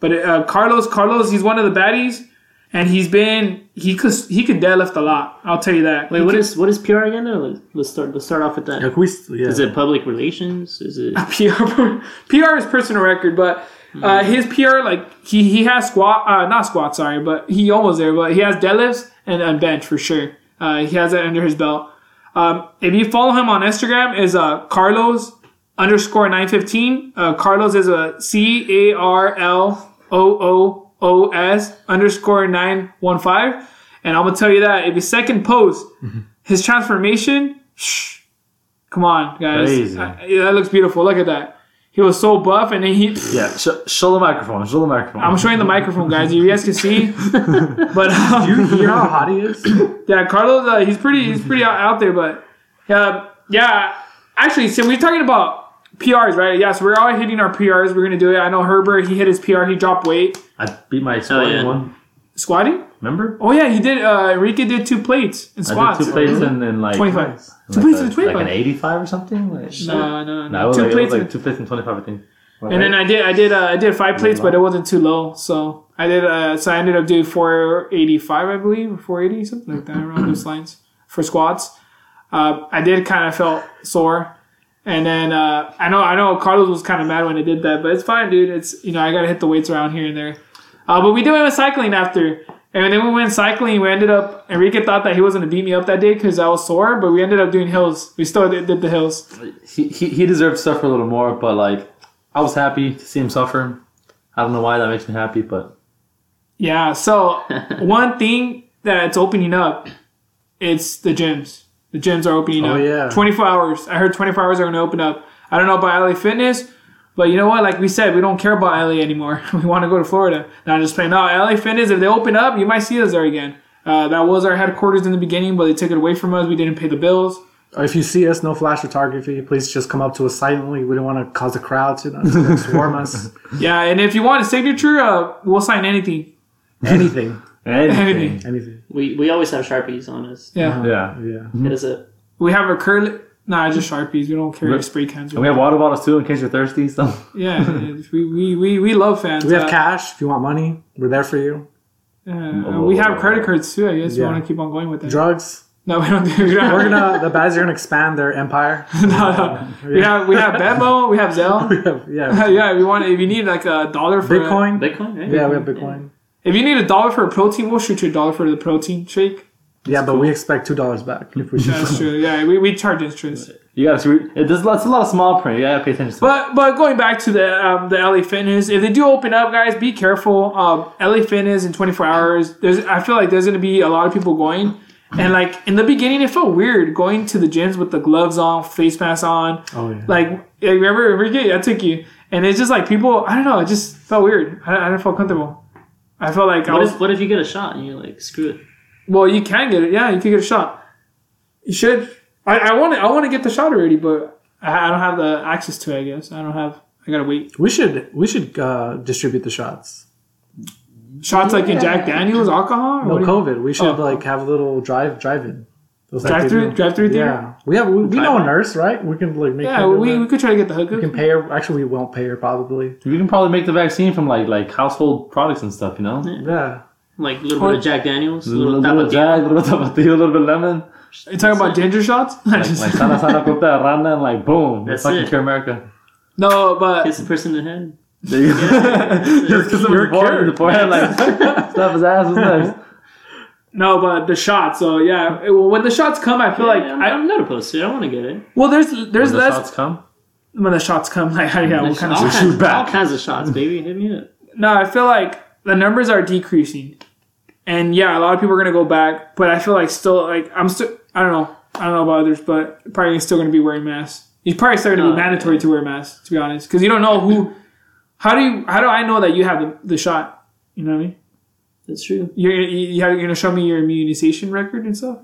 Speaker 4: But uh, Carlos, Carlos, he's one of the baddies, and he's been he could he could deadlift a lot. I'll tell you that.
Speaker 2: Wait, what is what is PR again? though? Let's- Let's start. Let's start off with that.
Speaker 1: Like we, yeah.
Speaker 2: Is it public relations? Is it?
Speaker 4: PR PR is personal record, but uh, his PR like he he has squat uh, not squat sorry, but he almost there, but he has deadlifts and, and bench for sure. Uh, he has that under his belt. Um, if you follow him on Instagram, is uh, Carlos underscore nine fifteen. Uh, Carlos is a C A R L O O O S underscore nine one five. And I'm gonna tell you that if his second post, his transformation, shh, come on guys,
Speaker 3: Crazy.
Speaker 4: I- yeah, that looks beautiful. Look at that. He was so buff, and then he.
Speaker 3: Yeah. Sh- show the microphone. Show the microphone.
Speaker 4: I'm showing the microphone, guys. You guys can see, but um,
Speaker 1: you hear how hot he is?
Speaker 4: yeah, Carlos, uh, he's pretty, he's pretty out, out there, but yeah, yeah. Actually, so we're talking about PRs, right? Yeah, so we're all hitting our PRs. We're gonna do it. I know Herbert, he hit his PR. He dropped weight
Speaker 3: I beat my squatting
Speaker 2: yeah.
Speaker 3: one.
Speaker 4: squatting.
Speaker 3: Remember?
Speaker 4: Oh yeah, he did. Uh, Enrique did two plates and
Speaker 3: I
Speaker 4: squats.
Speaker 3: did two plates and then like
Speaker 4: 25.
Speaker 3: Like,
Speaker 4: Two plates and
Speaker 3: a-
Speaker 4: 25.
Speaker 3: Like an 85 or something. Like,
Speaker 4: No, no,
Speaker 3: No, it
Speaker 4: no.
Speaker 3: was
Speaker 4: two
Speaker 3: like,
Speaker 4: plates.
Speaker 3: It was like two plates and 25, I think.
Speaker 4: and then I did, I did, uh, I did five plates, but it wasn't too low. So I did, uh, so I ended up doing 485, I believe, or 480, something like that, around those lines for squats. Uh, I did kind of felt sore, and then uh, I know, I know, Carlos was kind of mad when I did that, but it's fine, dude. It's you know, I gotta hit the weights around here and there. Uh, but we did went with cycling after. And then we went cycling. We ended up. Enrique thought that he was gonna beat me up that day because I was sore. But we ended up doing hills. We still did, did the hills.
Speaker 3: he, he, he deserved to suffer a little more, but like, I was happy to see him suffer. I don't know why that makes me happy, but
Speaker 4: Yeah. So one thing that's opening up, it's the gyms. The gyms are opening
Speaker 1: Oh,
Speaker 4: up.
Speaker 1: yeah.
Speaker 4: 24 hours. I heard 24 hours are going to open up. I don't know about LA Fitness, but you know what? Like we said, we don't care about LA anymore. we want to go to Florida. Now I'm just playing. No, LA Fitness. If they open up, you might see us there again. Uh, that was our headquarters in the beginning, but they took it away from us. We didn't pay the bills.
Speaker 1: If you see us, no flash photography. Please just come up to us silently. We don't want to cause a crowd to to swarm us.
Speaker 4: Yeah, and if you want a signature, uh, we'll sign anything.
Speaker 1: Anything,
Speaker 3: Anything.
Speaker 4: Anything.
Speaker 1: anything.
Speaker 2: We we always have sharpies on us.
Speaker 1: Uh-huh.
Speaker 4: Yeah,
Speaker 3: Yeah.
Speaker 1: Yeah.
Speaker 2: Hit us up.
Speaker 4: we have a curl. Nah, just sharpies. We don't carry
Speaker 3: Rip.
Speaker 4: spray cans.
Speaker 3: And we have water bottles too in case you're thirsty. So
Speaker 4: yeah, yeah, we, we, we, we love fans.
Speaker 1: We have
Speaker 4: Uh,
Speaker 1: cash. If you want money, we're there for you.
Speaker 4: uh, and we have credit cards too. I guess
Speaker 1: Yeah.
Speaker 4: we want to keep on going with that.
Speaker 1: Drugs.
Speaker 4: no, we don't. Do, we don't
Speaker 1: We're gonna. the baddies are gonna expand their empire.
Speaker 4: no, no. We have we have Venmo. We have Zelle.
Speaker 1: yeah.
Speaker 4: yeah, we want. If you need like a dollar for a-
Speaker 1: Bitcoin.
Speaker 2: Bitcoin, right?
Speaker 1: Yeah, we have Bitcoin.
Speaker 4: if you need a dollar for a protein, we'll shoot you a dollar for the protein shake.
Speaker 1: Yeah, but we expect two dollars back if we.
Speaker 4: That's true. Yeah, we, we charge interest.
Speaker 3: you gotta see. It, there's lots, a lot of small print. You gotta pay attention. to
Speaker 4: But but going back to the um, the LA Fitness, if they do open up, guys, be careful. Um, LA Fitness in 24 hours. There's I feel like there's gonna be a lot of people going, and like in the beginning, it felt weird going to the gyms with the gloves on, face mask on.
Speaker 1: Oh yeah.
Speaker 4: Like yeah, remember, remember, I took you, and it's just like people. I don't know. It just felt weird. I, I didn't feel comfortable. I felt like I
Speaker 2: What
Speaker 4: was.
Speaker 2: if what if you get a shot and you're like, screw it?
Speaker 4: Well, you can get it. Yeah, you can get a shot. You should. I, I want to. I want to get the shot already, but I, I don't have the access to. it, I guess I don't have. I gotta wait.
Speaker 1: we should we should uh, distribute the shots.
Speaker 4: Shots like in Jack Daniels alcohol.
Speaker 1: No COVID. We should
Speaker 4: Oh.
Speaker 1: like have a little drive drive in.
Speaker 4: Drive through. Drive through theater.
Speaker 1: Yeah, we have. We, we know a
Speaker 2: Drive-in?
Speaker 1: nurse, right? We can like make.
Speaker 4: Yeah,
Speaker 1: her do
Speaker 4: we,
Speaker 1: that.
Speaker 4: we could try to get the
Speaker 1: We can
Speaker 4: hookup.
Speaker 1: pay her. Actually, we won't pay her probably.
Speaker 3: it. You can probably make the vaccine from like like household products and stuff. You know,
Speaker 1: Yeah.
Speaker 2: Like a little bit of Jack Daniels, a
Speaker 3: a little,
Speaker 2: little
Speaker 3: little
Speaker 2: tapatio.
Speaker 3: jag, a little tapatio, a little bit of lemon.
Speaker 4: You talking about ginger shots?
Speaker 3: Like, like sana sana corta rana, and like boom,
Speaker 2: That's
Speaker 3: fucking
Speaker 2: it.
Speaker 3: cure America.
Speaker 4: no, but
Speaker 2: Kiss the person in the head.
Speaker 3: There you go. Just kiss him in the forehead, the forehead, like stuff his ass. What's next?
Speaker 4: no, but the shots. So yeah, it- well, when the shots come, I feel like
Speaker 2: I'm,
Speaker 4: I,
Speaker 2: I'm not opposed to it. I want to get it.
Speaker 4: well, there's there's
Speaker 3: the
Speaker 4: less
Speaker 3: shots come.
Speaker 4: when the shots come. Like yeah, what kind of
Speaker 2: all,
Speaker 4: shots?
Speaker 3: shots?
Speaker 2: kinds,
Speaker 3: Shoot back.
Speaker 2: all kinds of shots, baby. Hit me up.
Speaker 4: No, I feel like the numbers are decreasing, and yeah, a lot of people are gonna go back. But I feel like still like I'm still I don't know I don't know about others, but probably still gonna be wearing masks. It's probably still gonna
Speaker 2: No,
Speaker 4: be mandatory to wear masks to be honest, because you don't know who. How do you? How do I know that you have the, the shot? You know what I mean?
Speaker 2: That's true.
Speaker 4: You're you- you're gonna show me your immunization record and stuff.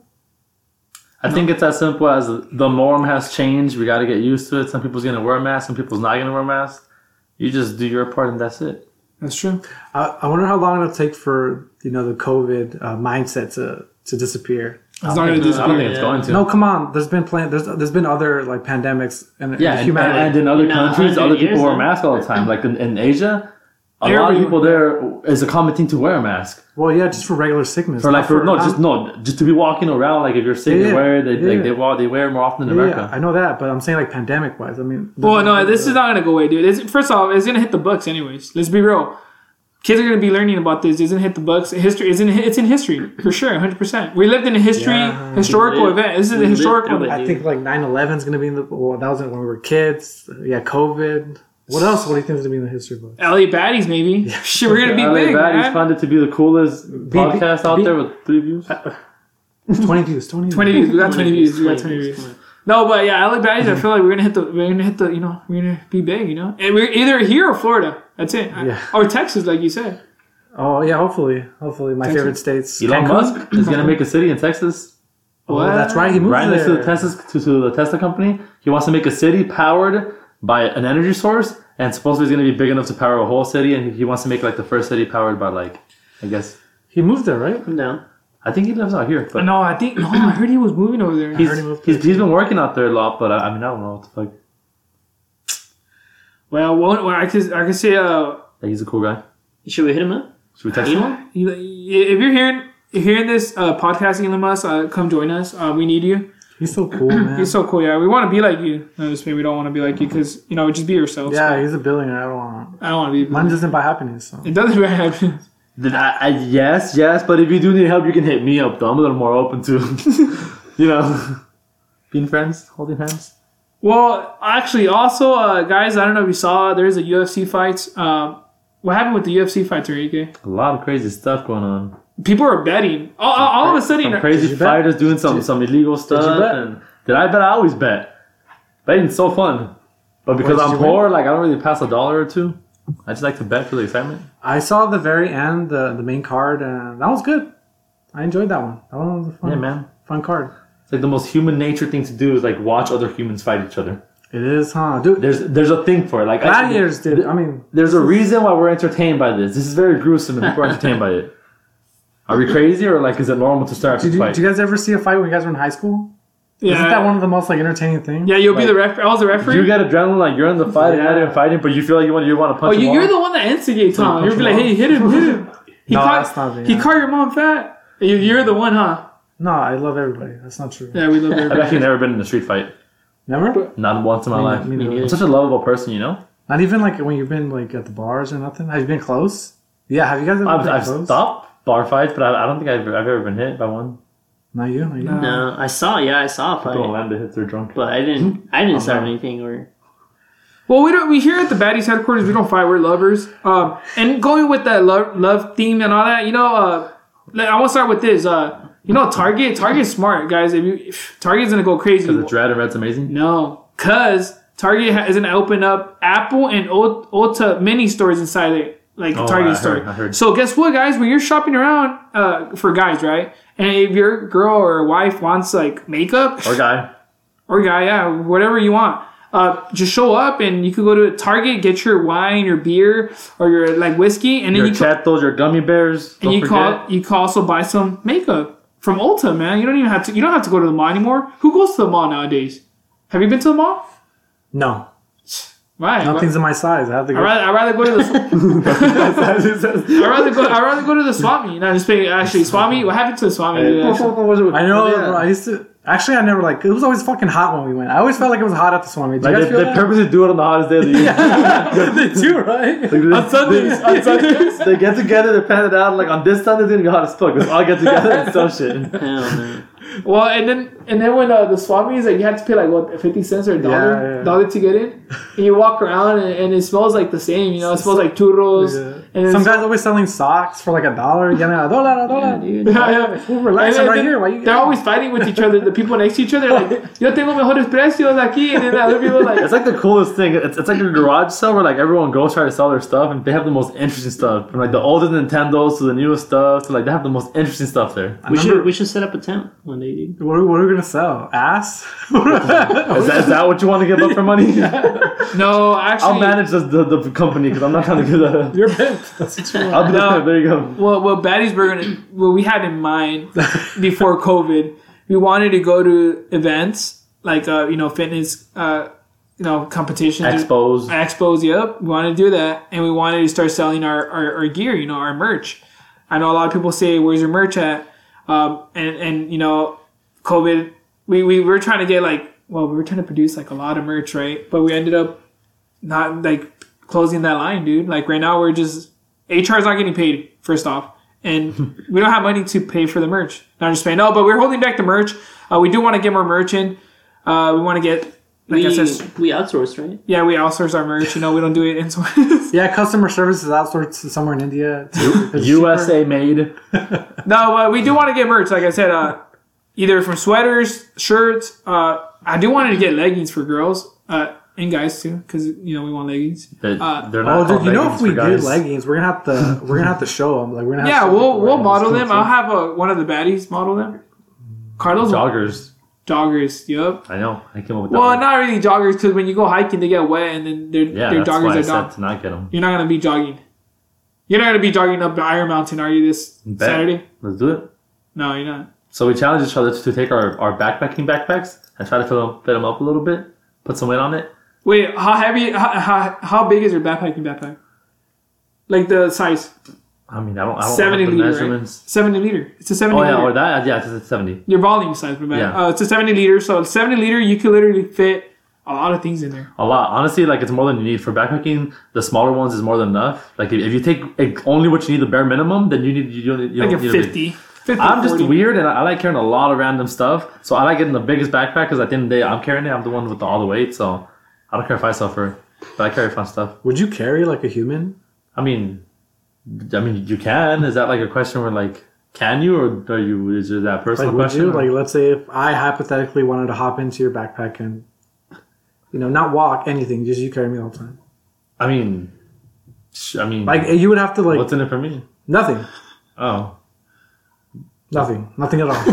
Speaker 3: I think it's as simple as the norm has changed. We got to get used to it. Some people's gonna wear masks. Some people's not gonna wear masks. You just do your part, and that's it.
Speaker 4: That's true.
Speaker 1: I, I wonder how long it'll take for you know the COVID uh, mindset to to disappear.
Speaker 4: It's not gonna
Speaker 3: I don't think
Speaker 4: disappear.
Speaker 3: it's
Speaker 2: Yeah.
Speaker 3: going to.
Speaker 1: No, come on. There's been plan. There's there's been other like pandemics and
Speaker 3: Yeah, and,
Speaker 1: humanity.
Speaker 3: and in other
Speaker 2: You know,
Speaker 3: countries,
Speaker 2: 100
Speaker 3: other people
Speaker 2: years,
Speaker 3: wear
Speaker 2: huh?
Speaker 3: masks all the time. Like in, in Asia, a lot
Speaker 4: Everybody-
Speaker 3: of people there is a common thing to wear a mask.
Speaker 1: well, yeah, just for regular sickness.
Speaker 3: Or like
Speaker 1: not
Speaker 3: for no, just
Speaker 1: not-
Speaker 3: no, just to be walking around. Like if you're sick,
Speaker 1: Yeah,
Speaker 3: you wear it. They
Speaker 1: yeah.
Speaker 3: like they walk, they wear it more often in
Speaker 1: yeah,
Speaker 3: America.
Speaker 1: yeah, I know that, but I'm saying like pandemic wise. I mean,
Speaker 4: Well, no, this is not gonna go away, dude. It's, first off, it's gonna hit the books anyways. Let's be real. Kids are gonna be learning about this. It's gonna hit the books. History is in. It's in history for sure, 100. percent We lived in a history
Speaker 1: Yeah.
Speaker 4: historical
Speaker 2: We lived-
Speaker 4: event. This is
Speaker 2: we
Speaker 4: a
Speaker 2: lived
Speaker 4: historical.
Speaker 2: through it.
Speaker 4: event.
Speaker 1: I think like 9/11 is gonna be in the. Well, that was when we were kids. Yeah, COVID. What else? What do you think is gonna be in the history book?
Speaker 4: LA baddies, maybe. Shit, we're gonna be
Speaker 3: LA
Speaker 4: big,
Speaker 3: Baddies
Speaker 4: man.
Speaker 3: found it to be the coolest podcast out
Speaker 1: be-
Speaker 3: there with three views.
Speaker 1: 20 views. 20.
Speaker 4: 20 views. We got 20 views. We got 20
Speaker 2: Twenty
Speaker 4: views.
Speaker 2: views, come on.
Speaker 4: No, but yeah, LA baddies. I feel like we're gonna hit the. We're gonna hit the. You know, we're gonna be big. You know, and we're either here or Florida. That's it.
Speaker 1: Yeah.
Speaker 4: Or Texas, like you said.
Speaker 1: Oh yeah, hopefully, hopefully my
Speaker 4: Thank you.
Speaker 1: favorite states.
Speaker 3: Elon
Speaker 1: Cancun?
Speaker 3: Musk is gonna make a city in Texas,
Speaker 1: Oh, that's right. He moved
Speaker 3: right next
Speaker 1: there.
Speaker 3: to the Tesla to, to the Tesla company. He wants to make a city powered by an energy source, and supposedly it's gonna be big enough to power a whole city. And he wants to make like the first city powered by like, I guess.
Speaker 1: He moved there, right?
Speaker 2: No.
Speaker 3: I think he lives out here, but
Speaker 4: No, I think no. I heard he was moving over there.
Speaker 3: he's,
Speaker 1: already moved
Speaker 3: he's, he's been working out there a lot. But I, I mean, I don't know what the fuck.
Speaker 4: Well, one, well, I could I could say uh,
Speaker 3: Like, he's a cool guy.
Speaker 2: Should we hit him up?
Speaker 3: Should we text him?
Speaker 2: Elon?
Speaker 4: you- if you're hearing if you're hearing this uh, podcast, Elon Musk, uh, come join us. Uh, we need you.
Speaker 1: He's so cool, man.
Speaker 4: You're so cool. Yeah, we want to be like you. No, just maybe we don't want to be like you because you know just be yourself.
Speaker 1: yeah, he's a billionaire. I don't want.
Speaker 4: I don't want to be.
Speaker 1: Money doesn't buy happiness. So.
Speaker 4: It doesn't really happen.
Speaker 3: Then I, I, yes, yes. But if you do need help, you can hit me up. Though I'm a little more open to, you know, being friends, holding hands.
Speaker 4: Well, actually, also uh, guys, I don't know if you saw there's a UFC fights. Um, what happened with the UFC fights, Enrique?
Speaker 3: A lot of crazy stuff going on.
Speaker 4: People are betting. All, all, all of a sudden,
Speaker 3: Some
Speaker 1: Did
Speaker 3: crazy
Speaker 1: you bet?
Speaker 3: fighters doing some, some illegal stuff.
Speaker 1: bet?
Speaker 3: And did I bet? I always bet. Betting's so fun. But because
Speaker 1: did
Speaker 3: I'm
Speaker 1: you win?
Speaker 3: poor, like I don't really pass a dollar or two. I just like to bet for the excitement.
Speaker 1: I saw the very end, the the main card, and that was good. I enjoyed that one. That one was a fun,
Speaker 3: Yeah, man.
Speaker 1: fun card.
Speaker 3: It's like the most human nature thing to do is like watch other humans fight each other.
Speaker 1: It is, huh, dude?
Speaker 3: There's there's a thing for it. Like I-
Speaker 1: Gladiators, dude. I mean,
Speaker 3: There's a reason why we're entertained by this. This is very gruesome and people are entertained by it. Are we crazy or like is it normal to start
Speaker 1: did
Speaker 3: a
Speaker 1: you,
Speaker 3: fight?
Speaker 1: did you guys ever see a fight when you guys were in high school?
Speaker 4: Yeah,
Speaker 1: Isn't that one of the most like entertaining things?
Speaker 4: yeah, you'll be
Speaker 3: Like-
Speaker 4: the ref. I was the referee.
Speaker 3: you got adrenaline like you're in the fight and
Speaker 1: Yeah.
Speaker 3: out and fighting, but you feel like you want you want to
Speaker 4: oh,
Speaker 3: punch.
Speaker 4: you,
Speaker 3: him
Speaker 4: you're
Speaker 3: off?
Speaker 4: the one that instigates, huh? You'll be like, hey, hit him, hit him. He
Speaker 1: No,
Speaker 4: caught,
Speaker 1: that's not it,
Speaker 4: he
Speaker 1: yeah.
Speaker 4: caught your mom fat. You, you're the one, huh?
Speaker 1: No, I love everybody. That's not true.
Speaker 4: Yeah, we love
Speaker 3: I've
Speaker 4: everybody.
Speaker 3: actually never been in a street fight.
Speaker 1: Never.
Speaker 3: Not once in my
Speaker 1: Me
Speaker 3: life.
Speaker 1: neither. Me neither.
Speaker 3: I'm such a lovable person, you know.
Speaker 1: Not even like when you've been like at the bars or nothing. Have you been close? Yeah. Have you guys ever
Speaker 3: I've,
Speaker 1: been
Speaker 3: I've
Speaker 1: close?
Speaker 3: stopped bar fights, but I, I don't think I've, I've ever been hit by one.
Speaker 1: Not you. Not you.
Speaker 4: No.
Speaker 2: No, I saw. Yeah, I saw a
Speaker 3: People
Speaker 2: fight,
Speaker 3: land the hits. They're drunk.
Speaker 2: but I didn't. I didn't start
Speaker 1: no.
Speaker 2: anything. Or
Speaker 4: Well, we don't. We here at the Baddies headquarters, we don't fight. We're lovers. Um, and going with that love, love theme and all that, you know, uh, like, I want to start with this. Uh, you know, Target. Target's smart, guys. If you, if- Target's gonna go crazy.
Speaker 3: Because it's red and red's amazing.
Speaker 4: No, cause Target ha- is gonna open up Apple and Ul- Ulta mini stores inside it, like
Speaker 3: Oh, I
Speaker 4: Target
Speaker 3: heard,
Speaker 4: store.
Speaker 3: I heard.
Speaker 4: So guess what, guys? When you're shopping around uh, for guys, right? And if your girl or wife wants like makeup
Speaker 3: Or guy.
Speaker 4: or guy, yeah, whatever you want. Uh, just show up and you can go to Target, get your wine, your beer, or your like whiskey, and then
Speaker 3: Your
Speaker 4: you ca-
Speaker 3: chatos, your gummy bears.
Speaker 4: and
Speaker 3: don't
Speaker 4: you
Speaker 3: forget.
Speaker 4: call you can also buy some makeup from Ulta, man. You don't even have to you don't have to go to the mall anymore. Who goes to the mall nowadays? Have you been to the mall?
Speaker 1: No.
Speaker 4: Right.
Speaker 1: Nothing's in my size. I have to
Speaker 4: I'd
Speaker 1: go.
Speaker 4: rather, I'd rather go to the I'd rather go I'd rather go to the swami. No, just kidding. Actually, swami. What happened to the swami? dude? Actually-
Speaker 1: I know.
Speaker 3: Oh, Yeah.
Speaker 1: Bro, I used to. Actually, I never like. It was always fucking hot when we went. I always felt like it was hot at the swami. Do you
Speaker 3: Like
Speaker 1: guys
Speaker 3: they,
Speaker 1: feel
Speaker 3: they
Speaker 1: that?
Speaker 3: purposely do it on the hottest day of the year.
Speaker 1: they do, right?
Speaker 3: Like,
Speaker 4: On Sundays.
Speaker 3: they- on Sundays, they get together, they plan it out. Like on this Sunday, it's gonna be hot as fuck. Let's all get together and sell shit.
Speaker 2: hell no.
Speaker 4: Well, and then and then when uh, the swami is like, you have to pay like what fifty cents or a dollar
Speaker 1: Yeah, yeah.
Speaker 4: dollar to get in, and you walk around and, and it smells like the same. You know, it smells like churros. And
Speaker 1: Yeah.
Speaker 4: then
Speaker 1: Some guys always selling socks for like a dollar. Yeah, no, a dollar, a
Speaker 2: Yeah,
Speaker 1: dollar.
Speaker 2: dude.
Speaker 4: Yeah, yeah.
Speaker 1: Ooh, relax,
Speaker 4: And
Speaker 1: I'm right
Speaker 4: then
Speaker 1: here. Why you?
Speaker 4: They're always fighting with each other. The people next to each other are like, yo tengo mejores precios aquí, and then the other people are like,
Speaker 3: It's like the coolest thing. It's, it's like a garage sale where like everyone goes try to sell their stuff, and they have the most interesting stuff. From like the oldest Nintendos to the newest stuff, to like they have the most interesting stuff there.
Speaker 1: I
Speaker 2: We
Speaker 1: remember-
Speaker 2: should we should set up a tent one day, dude.
Speaker 1: What are, what are we gonna sell? Ass?
Speaker 3: Is that, is that what you want to give up for money?
Speaker 4: no, actually,
Speaker 3: I'll manage this, the the company because I'm not trying to give that. Up.
Speaker 1: You're bent. That's what you want.
Speaker 3: I'll be
Speaker 4: No.
Speaker 3: there. There you go.
Speaker 4: Well, what baddies were gonna, what we had in mind before COVID, we wanted to go to events like uh, you know fitness, uh, you know competitions,
Speaker 3: Expos.
Speaker 4: expos. Yep, we wanted to do that, and we wanted to start selling our, our, our gear, you know, our merch. I know a lot of people say, "Where's your merch at?" Um, and and you know, COVID, we, we were trying to get like, well, we were trying to produce like a lot of merch, right? But we ended up not like closing that line, dude. Like right now, we're just HR is not getting paid. First off, and we don't have money to pay for the merch. Not just saying no, but we're holding back the merch. Uh, we do want to get more merch in. Uh, we want to get, like
Speaker 2: we,
Speaker 4: I said,
Speaker 2: we outsourced, right?
Speaker 4: yeah, we outsource our merch. You know, we don't do it in
Speaker 1: Yeah, customer service is outsourced to somewhere in India. It's
Speaker 3: USA made.
Speaker 4: No, but we do want to get merch. Like I said, uh, either from sweaters, shirts. Uh, I do want to get leggings for girls uh, and guys too, because you know we want leggings.
Speaker 3: They-
Speaker 4: Uh,
Speaker 3: they're not
Speaker 1: Oh, dude,
Speaker 3: called
Speaker 1: you know
Speaker 3: leggings
Speaker 1: if we
Speaker 3: for
Speaker 1: did
Speaker 3: guys.
Speaker 1: leggings, we're gonna have to we're gonna have to show them. Like we're gonna have
Speaker 4: Yeah,
Speaker 1: to
Speaker 4: we'll we'll model them. I'll have uh one of the baddies model them. Carlos
Speaker 3: joggers.
Speaker 4: joggers. Yep.
Speaker 3: I know. I came up with that.
Speaker 4: Well,
Speaker 3: one.
Speaker 4: not really joggers because when you go hiking, they get wet and then their
Speaker 3: yeah,
Speaker 4: their
Speaker 3: that's why I
Speaker 4: joggers are
Speaker 3: said
Speaker 4: gone.
Speaker 3: to not get them.
Speaker 4: You're not gonna be jogging. You're not gonna be jogging up the Iron Mountain, are you? This
Speaker 3: Bet.
Speaker 4: Saturday?
Speaker 3: Let's do it.
Speaker 4: No, you're not.
Speaker 3: So we challenge each other to take our, our backpacking backpacks and try to fill them, fit them up a little bit, put some weight on it.
Speaker 4: Wait, how heavy? How, how, how big is your backpacking backpack? Like the size?
Speaker 3: I mean, I don't, I don't
Speaker 4: Seventy
Speaker 3: have the
Speaker 4: liter, right?
Speaker 3: measurements.
Speaker 4: 70 liter. It's a 70
Speaker 3: Oh yeah,
Speaker 4: liter.
Speaker 3: or that? Yeah, it's a seventy.
Speaker 4: Your volume size, my bad.
Speaker 3: Yeah.
Speaker 4: Uh, it's a 70 liter. So 70 liter, you could literally fit a lot of things in there.
Speaker 3: A lot. Honestly, like it's more than you need for backpacking. The smaller ones is more than enough. Like if, if you take like, only what you need, the bare minimum, then you need you don't, you
Speaker 4: Like
Speaker 3: don't
Speaker 4: a
Speaker 3: need big-
Speaker 4: 50. 50
Speaker 3: I'm just
Speaker 4: 40.
Speaker 3: weird and I, I like carrying a lot of random stuff. So I like getting the biggest backpack because at the end of the day, I'm carrying it. I'm the one with all the weight, so I don't care if I suffer. But I carry fun stuff.
Speaker 1: Would you carry like a human?
Speaker 3: I mean, I mean, you can. Is that like a question where like, can you or are you? Is it that personal
Speaker 1: Like would
Speaker 3: question?
Speaker 1: you? Like let's say if I hypothetically wanted to hop into your backpack and you know not walk anything, just you carry me all the time.
Speaker 3: I mean, sh- I mean,
Speaker 1: Like you would have to like
Speaker 3: what's in it for me?
Speaker 1: nothing.
Speaker 3: Oh,
Speaker 1: Nothing. Nothing at all.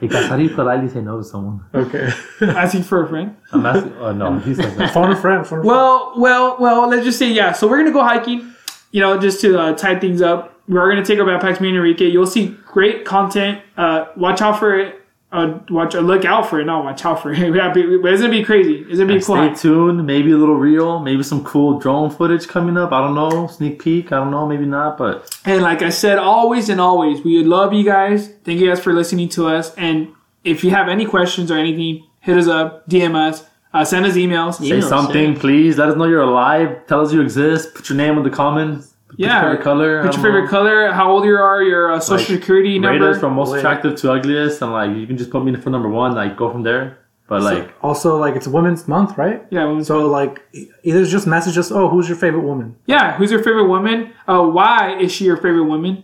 Speaker 3: Because how do you politely say no to someone?
Speaker 1: okay.
Speaker 4: Asking for a friend.
Speaker 3: I'm asking. Oh no, he says that.
Speaker 1: Phone a friend. Phone a friend.
Speaker 4: Well, well, well. Let's just say yeah. So we're gonna go hiking. You know, just to uh, tie things up, we are gonna take our backpacks. Me and Enrique. You'll see great content. Uh, watch out for it. Uh, watch. Uh, look out for it. Not watch out for it. We have to be- but it's gonna be crazy. It's gonna be cool.
Speaker 3: Stay tuned. Maybe a little reel. Maybe some cool drone footage coming up. I don't know. Sneak peek. I don't know. Maybe not. But
Speaker 4: And like I said, always and always, we love you guys. Thank you guys for listening to us. And if you have any questions or anything, hit us up, DM us, uh, send us emails.
Speaker 3: say
Speaker 2: You know,
Speaker 3: something, please. Let us know you're alive. Tell us you exist. Put your name in the comments. Put
Speaker 4: Yeah.
Speaker 3: Your favorite
Speaker 4: Put
Speaker 3: color. I
Speaker 4: your
Speaker 3: don't
Speaker 4: favorite
Speaker 3: know.
Speaker 4: color, how old you are, your uh, social
Speaker 3: Like,
Speaker 4: security
Speaker 3: Rate
Speaker 4: number.
Speaker 3: us from most
Speaker 1: Wait.
Speaker 3: attractive to ugliest, and like you can just put me in for number one. Like go from there. But like
Speaker 1: also, like it's Women's Month, right?
Speaker 4: yeah, women's-
Speaker 1: So, like, e- either just message us. Oh, who's your favorite woman?
Speaker 4: yeah. Who's your favorite woman? Uh, why is she your favorite woman?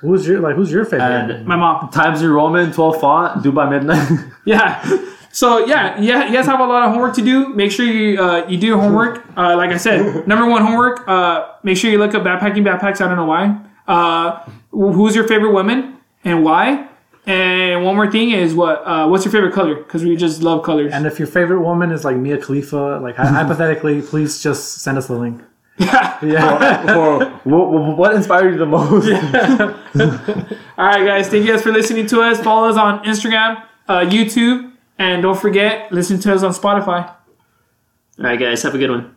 Speaker 1: Who's your like? Who's your favorite? woman?
Speaker 3: and
Speaker 4: My mom.
Speaker 3: Times New Roman, 12 font, due by midnight.
Speaker 4: Yeah. So yeah, yeah, you guys have a lot of homework to do. Make sure you uh, you do your homework. Uh, like I said, number one homework. Uh, make sure you look up backpacking backpacks. I don't know why. Uh, wh- who's your favorite woman and why? And one more thing is what? Uh, what's your favorite color? Because we just love colors.
Speaker 1: And if your favorite woman is like Mia Khalifa, like hy- hypothetically, please just send us the link. Yeah.
Speaker 3: or what, what inspired you the most?
Speaker 4: All right, guys. Thank you guys for listening to us. Follow us on Instagram, uh, YouTube, and don't forget listen to us on Spotify.
Speaker 2: All right, guys, have a good one.